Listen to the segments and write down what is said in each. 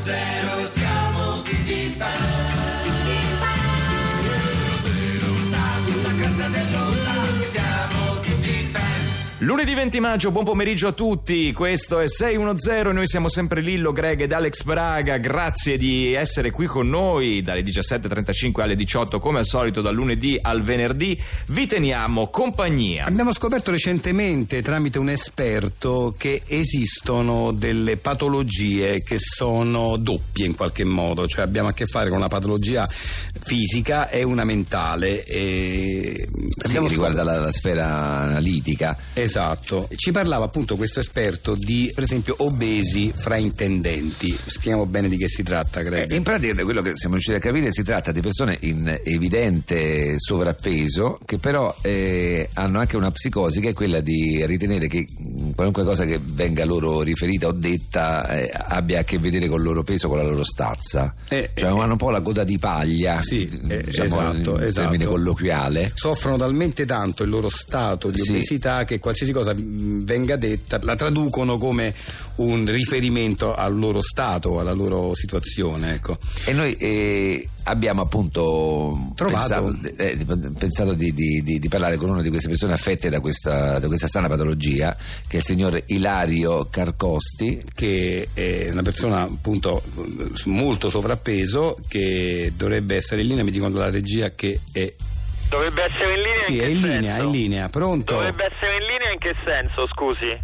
zero siamo tutti fan. Sulla cresta dell'onda siamo tutti fan. Lunedì 20 maggio, buon pomeriggio a tutti, questo è 610, noi siamo sempre Lillo, Greg ed Alex Braga, grazie di essere qui con noi dalle 17.35 alle 18 come al solito dal lunedì al venerdì, vi teniamo compagnia. Abbiamo scoperto recentemente tramite un esperto che esistono delle patologie che sono doppie in qualche modo, cioè abbiamo a che fare con una patologia fisica e una mentale. E Sì, abbiamo che riguarda la, la sfera analitica. Esatto, ci parlava appunto questo esperto di per esempio obesi fraintendenti, spieghiamo bene di che si tratta Greg. Eh, in pratica, da quello che siamo riusciti a capire, si tratta di persone in evidente sovrappeso che però eh, hanno anche una psicosi che è quella di ritenere che mh, qualunque cosa che venga loro riferita o detta eh, abbia a che vedere col loro peso, con la loro stazza. Eh, cioè eh, hanno un po' la coda di paglia, Sì, d- eh, Ah, diciamo esatto, in termine esatto. colloquiale. Soffrono talmente tanto il loro stato di Sì. obesità che qualsiasi cosa mh, venga detta la traducono come un riferimento al loro stato, alla loro situazione. Ecco. E noi eh, abbiamo appunto Trovato. pensato, eh, di- pensato di, di- di- di parlare con una di queste persone affette da questa, da questa strana patologia, che è il signor Ilario Carcosti. Che è una persona appunto mh, molto sovrappeso che dovrebbe essere in linea, mi dicono dalla regia che è Dovrebbe essere in linea Sì, in che è in senso? linea, è in linea, pronto? Dovrebbe essere in linea in che senso, scusi?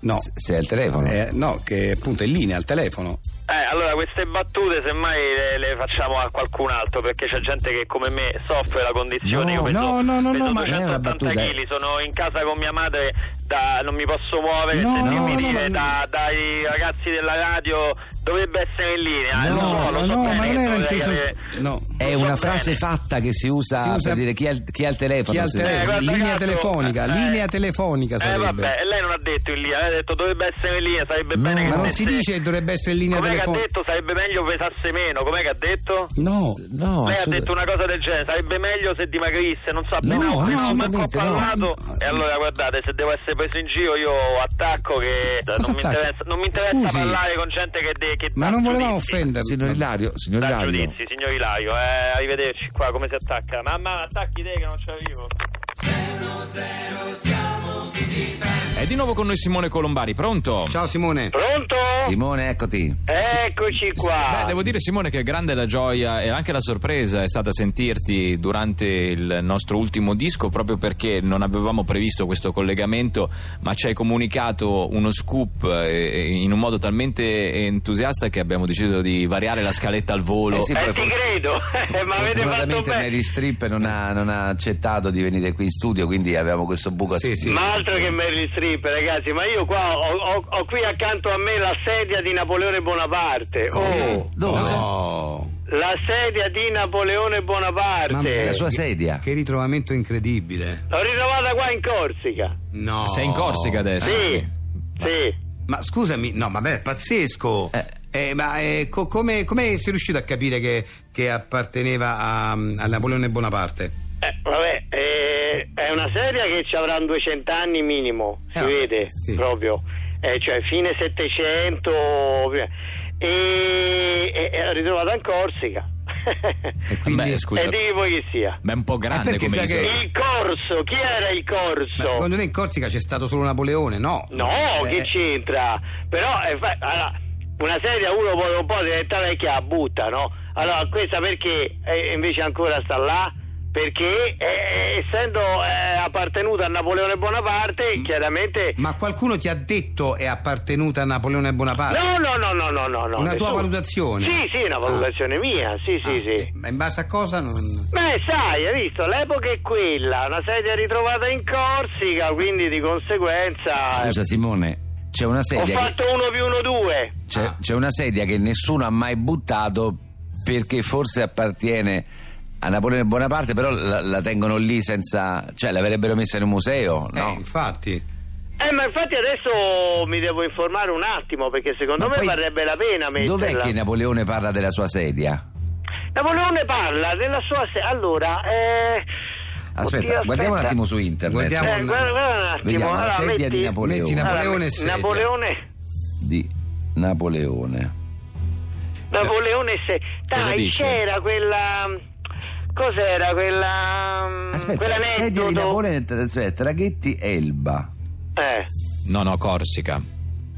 No, S- Sei al telefono? eh, no, che appunto è in linea al telefono. Eh, allora queste battute semmai le, le facciamo a qualcun altro perché c'è gente che come me soffre la condizione. No, Io peso, no, no, no, peso no, ma non è una 280 battuta, eh. kg, sono in casa con mia madre, da, non mi posso muovere, No, sentimi no, no, dire no, da- dai ragazzi della radio dovrebbe essere in linea. eh, lo so, lo so no, bene ma che non era dovrei inteso. avere- No. È Non so una frase bene. fatta che si usa, Si usa- per dire chi ha il, chi ha il telefono. Chi ha il se- telefono? Eh, guarda linea caso, telefonica, eh, linea telefonica Eh sarebbe. vabbè, e lei non ha detto in linea, lei ha detto dovrebbe essere in linea, sarebbe No, bene che Ma non stesse- si dice che dovrebbe essere in linea Com'è che ha telefonica. detto sarebbe meglio pesasse meno? Com'è che ha detto? No, No, Lei ha assolut- detto una cosa del genere, sarebbe meglio se dimagrisse, non No, so, appena no, appena manco ho assolutamente no. parlato. E allora guardate, se devo essere preso in giro io attacco che Cosa non mi, attacca? interessa, non mi interessa Scusi. parlare con gente che, de- che ma dà non volevamo giudizi. offendervi. Signor Ilario, signor Dà Ilario. giudizi, signor Ilario, eh, arrivederci qua, come si attacca? Mamma, attacchi te che non ci arrivo. È di nuovo con noi Simone Colombari, pronto? Ciao Simone. Pronto? Simone, eccoti. Eccoci qua. Beh, Ah. devo dire Simone che grande la gioia e anche la sorpresa è stata sentirti durante il nostro ultimo disco proprio perché non avevamo previsto questo collegamento ma ci hai comunicato uno scoop eh, in un modo talmente entusiasta che abbiamo deciso di variare la scaletta al volo. Eh sì, Eh, ti credo, ma avete fatto Fortunatamente bene. Mary Strip non ha, non ha accettato di venire qui in studio, quindi avevamo questo buco Sì, sì. Ma altro che Meryl Streep, ragazzi, ma io qua ho, ho- ho qui accanto a me la sedia di Napoleone Bonaparte. Oh, Dove? No. la sedia di Napoleone Mamma mia, Bonaparte. La sua sedia. Che ritrovamento incredibile. L'ho ritrovata qua in Corsica. No. Sei in Corsica Eh, adesso? Sì, sì. Ma scusami, no, ma beh, è pazzesco. Eh. Eh, ma eh, co- come, come sei riuscito a capire che, che apparteneva a, a Napoleone Bonaparte? Eh, vabbè, eh, è una sedia che ci avrà 200 anni minimo, si Eh, vede sì. proprio, Eh, cioè fine 700 prima. e, e, e l'ho ritrovata in Corsica. E quindi- Beh, scusa, E digli voi chi sia. ma è un po' grande perché come già che- isola. Il corso, chi era il corso? Ma secondo te in Corsica c'è stato solo Napoleone? No. No, Eh, che c'entra? Però eh, fa- allora, una sedia uno poi un po' deve stare che la butta, no? Allora, questa perché eh, invece ancora sta là? Perché eh, essendo eh, appartenuta a Napoleone Mm. Bonaparte, chiaramente... Ma qualcuno ti ha detto è appartenuta a Napoleone Bonaparte? No, no, no, no, no, no, no. Una tua nessuno. valutazione? Sì, sì, una Ah. valutazione mia, sì, sì, Ah, sì. eh, Ma in base a cosa non... Beh, sai, hai visto, l'epoca è quella, una sedia ritrovata in Corsica, quindi di conseguenza... eh, Scusa Simone, c'è una ho sedia che, fatto uno più uno due. c'è, c'è una sedia che nessuno ha mai buttato perché forse appartiene a Napoleone Bonaparte, però la, la tengono lì senza... cioè l'avrebbero messa in un museo, Eh, no? infatti. Eh, ma infatti adesso mi devo informare un attimo perché secondo Ma me poi varrebbe la pena Dov'è metterla. che Napoleone parla della sua sedia? Napoleone parla della sua se- allora, eh Aspetta, oddio, guardiamo un aspetta. attimo su internet. Guardiamo- Eh, guarda, guarda un attimo, Vediamo la allora, sedia metti... di Napoleone. metti Napoleone Allora, e me- sedia. Napoleone Di Napoleone. Napoleone VI. Cosa Dai, dice? c'era quella. Cos'era quella. Aspetta, sedia quell'aneddoto? di Napoleone, aspetta, Raghetti Elba. Eh, No, no, Corsica.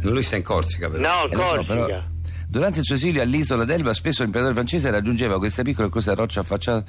Lui sta in Corsica, però. no, Eh, lo so, Corsica. però, durante il suo esilio all'isola d'Elba, spesso l'imperatore francese raggiungeva questa piccola croce a roccia affacciata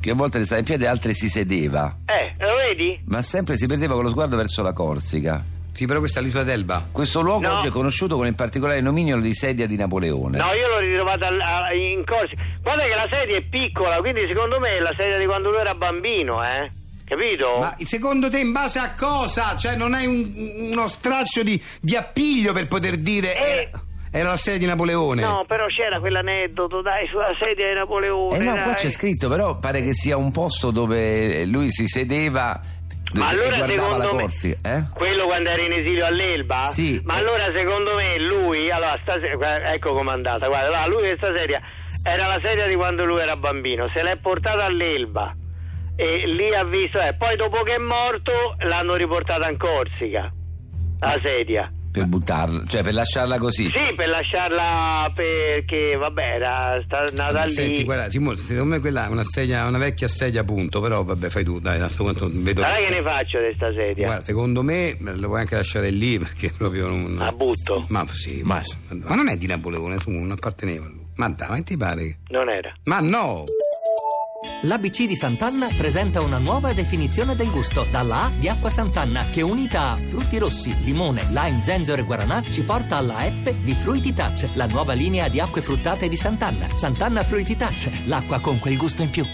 che a volte restava in piedi e altre si sedeva, Eh, lo vedi? ma sempre si perdeva con lo sguardo verso la Corsica. Sì, però questa è l'isola d'Elba. Questo luogo No. oggi è conosciuto con il particolare nomignolo di sedia di Napoleone. No, io l'ho ritrovata al- a- in Corsica. Guarda che la sedia è piccola, quindi secondo me è la sedia di quando lui era bambino, eh? Capito? Ma secondo te in base a cosa? Cioè non hai un- uno straccio di, di appiglio per poter dire Eh. era, era la sedia di Napoleone? No, però c'era quell'aneddoto, dai, sulla sedia di Napoleone. Eh no, qua dai. c'è scritto, però pare che sia un posto dove lui si sedeva Ma e allora guardava la secondo me Corsica. Eh? quello quando era in esilio all'Elba? Sì. Ma allora secondo me lui, allora stasera, guarda, ecco com'è andata, guarda, allora, lui questa sedia era la sedia di quando lui era bambino, se l'è portata all'Elba e lì ha visto, eh, poi dopo che è morto l'hanno riportata in Corsica, la sedia. Per buttarla, cioè per lasciarla così. Sì, per lasciarla perché, vabbè, era sta- nata lì. Senti, guarda, Simone, secondo me quella è una, sedia, una vecchia sedia, appunto. Però vabbè, fai tu, dai, da sto quanto vedo. Guarda che ne faccio di sta sedia? Guarda, secondo me me lo puoi anche lasciare lì perché proprio non. La Ah, butto. Ma sì, Ma- ma, ma non è di Napoleone, tu non apparteneva a lui. Ma dai, ma ti pare? che- Non era. Ma no! L'ABC di Sant'Anna presenta una nuova definizione del gusto, dalla A di acqua Sant'Anna, che unita a frutti rossi, limone, lime, zenzero e guaranà ci porta alla F di Fruity Touch, la nuova linea di acque fruttate di Sant'Anna. Sant'Anna Fruity Touch, l'acqua con quel gusto in più.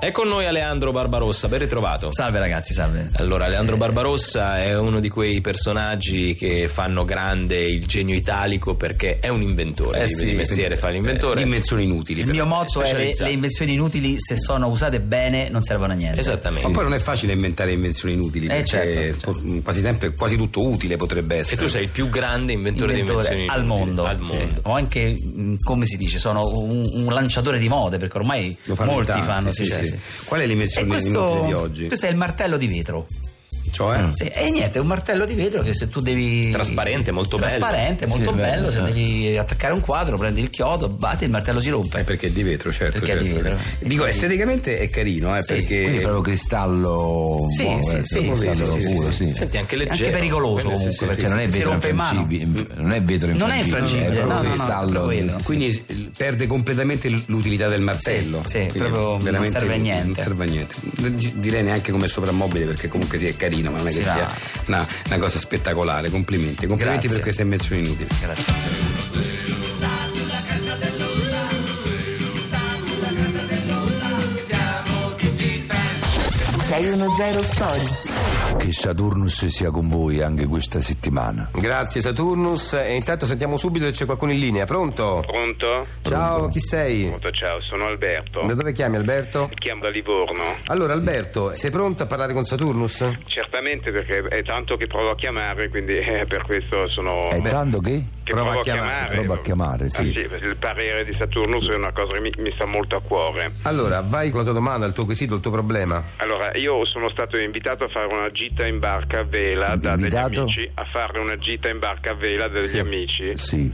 È con noi Aleandro Barbarossa, ben ritrovato. Salve ragazzi, salve. Allora, Eh, Leandro Barbarossa è uno di quei personaggi che fanno grande il genio italico perché è un inventore, Eh di, sì, di mestiere quindi- eh, fa l'inventore. Dimensioni inutili. Il però. mio motto è le, specializzato. le invenzioni inutili se sono usate bene non servono a niente. Esattamente. Ma poi non è facile inventare invenzioni inutili, Eh, perché certo, po- quasi sempre quasi tutto utile potrebbe E essere. tu sei il più grande inventore, di Inventore invenzioni al inutili, mondo, al mondo. Sì. o anche mh, come si dice, sono un, un lanciatore di mode perché ormai Lo fanno molti tanti, fanno. Sì, sì, sì, sì. sì. Qual è l'invenzione E questo- inutile di oggi? Questo è il martello di vetro. Cioè, Sì, e niente, è un martello di vetro che se tu devi. Trasparente, molto bello. Trasparente, Sì, molto eh. bello. bello, se sì. devi attaccare un quadro, prendi il chiodo, batti, il martello si rompe. è perché è di vetro, certo. Perché è di certo. vetro. eh. Dico, esteticamente è carino, eh, Sì, Quindi è perché proprio cristallo Sì, buono, eh, sì, sì, cristallo sì, sì, puro, sì, sì. Senti, anche leggero. anche pericoloso Quello sì, comunque sì, perché Cioè, non è si vetro rompe in mano. infrangibile, inf- non è vetro Non è infrangibile, è no, no, proprio no, cristallo. proprio quello. quindi eh, perde completamente l- l'utilità del martello. Sì, sì, Quindi proprio non veramente serve a niente. non serve a niente. Di- Direi neanche come soprammobile perché comunque sì, è carino, ma non è che Sì, sia no. una, una cosa spettacolare. Complimenti, complimenti Grazie. per questa invenzione inutile. Grazie. Che Saturnus sia con voi anche questa settimana. Grazie Saturnus e intanto sentiamo subito che c'è qualcuno in linea, pronto? Pronto? Ciao, chi sei? Pronto, ciao, sono Alberto. Da dove chiami Alberto? Chiamo da Livorno. Allora Alberto, sei pronto a parlare con Saturnus? Certamente perché è tanto che provo a chiamare, quindi eh, per questo sono. È tanto che? che prova provo a a chiamare, chiamare. prova Eh, a chiamare, sì. Ah, perché il parere di Saturnus è una cosa che mi, mi sta molto a cuore. Allora, vai con la tua domanda, il tuo quesito, il tuo problema. Allora, io sono stato invitato a fare una gita in barca a vela da degli Invitato? amici. A fare una gita in barca a vela da degli amici. Sì.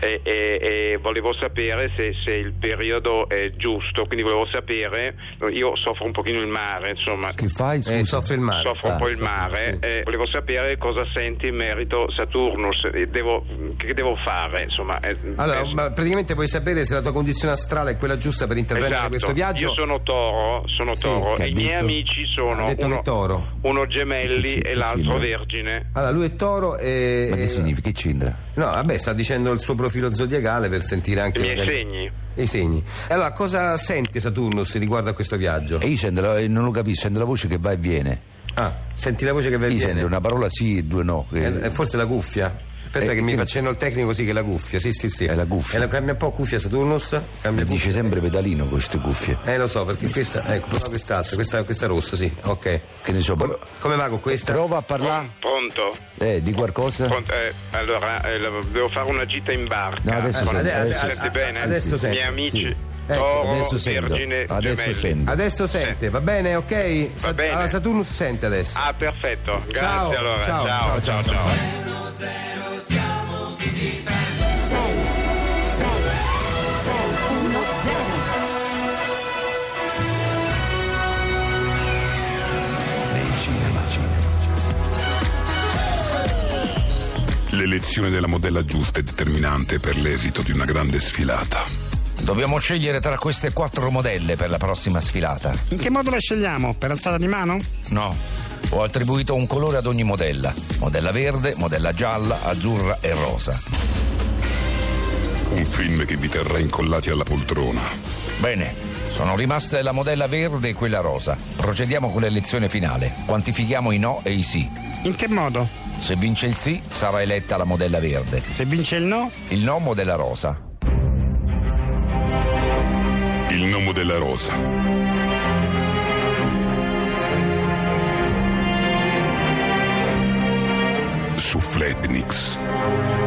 E, e- e volevo sapere se, se il periodo è giusto, quindi volevo sapere, io soffro un pochino il mare, insomma, Che fai? Eh, Scusa. soffre il mare. soffro un ah, po' il soffri- mare, sì. eh, volevo sapere cosa senti in merito Saturnus, eh, devo- che devo fare, insomma. eh, Allora, eh, ma praticamente vuoi sapere se la tua condizione astrale è quella giusta per intraprendere esatto. questo viaggio? Io sono toro, sono Sì, toro che ha e i miei detto- amici sono ha detto che uno, è toro. uno gemelli Sì, sì, e sì, l'altro sì. vergine. Allora, lui è toro e... Ma che eh, significa? Che c'entra? No, vabbè, sta dicendo il suo profilo zodiacale per sentire anche... I miei magari- segni. I segni. E Allora, cosa sente Saturnus riguardo a questo viaggio? E io sento la- eh, non lo capisco, sento la voce che va e viene. Ah, senti la voce che Io viene? sento una parola sì e due no. che- Eh, È, è eh, forse la cuffia? Aspetta Eh, che mi sì. facendo il tecnico così che è la cuffia, sì sì sì. È la cuffia. E la cambia un po' cuffia Saturnus? Cambia Mi dice cuffia. sempre pedalino con queste cuffie. Eh lo so, perché questa, ecco, prova quest'altra, questa, questa rossa, sì, ok. Che ne so, Come, pro- come va con questa? Prova a parlare Pronto? eh, di qualcosa. Pronto? Eh, allora, eh, la- devo fare una gita in barca. No, adesso Con- sento, adesso- Senti bene? adesso I miei sento, amici, sì. Ecco, toro, adesso sento. vergine, Adesso gemelli. sento. Adesso sente, va bene, ok? Va bene. Allora, Saturnus sente adesso. Ah, perfetto. Grazie Ciao, allora. ciao, ciao, ciao, ciao. ciao. Sei, sei, l'elezione della modella giusta è determinante per l'esito di una grande sfilata. Dobbiamo scegliere tra queste quattro modelle per la prossima sfilata. In che modo la scegliamo? Per alzata di mano? No. Ho attribuito un colore ad ogni modella. Modella verde, modella gialla, azzurra e rosa. Un film che vi terrà incollati alla poltrona. Bene, sono rimaste la modella verde e quella rosa. Procediamo con l'elezione finale. Quantifichiamo i no e i sì. In che modo? Se vince il sì, sarà eletta la modella verde. Se vince il no? Il no modella rosa. Il nome della rosa. Su Flatnix.